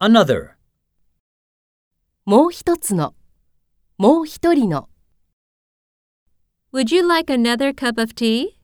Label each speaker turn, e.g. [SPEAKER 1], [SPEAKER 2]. [SPEAKER 1] another,
[SPEAKER 2] もう一つの、もう一人の。
[SPEAKER 3] Would you like another cup of tea?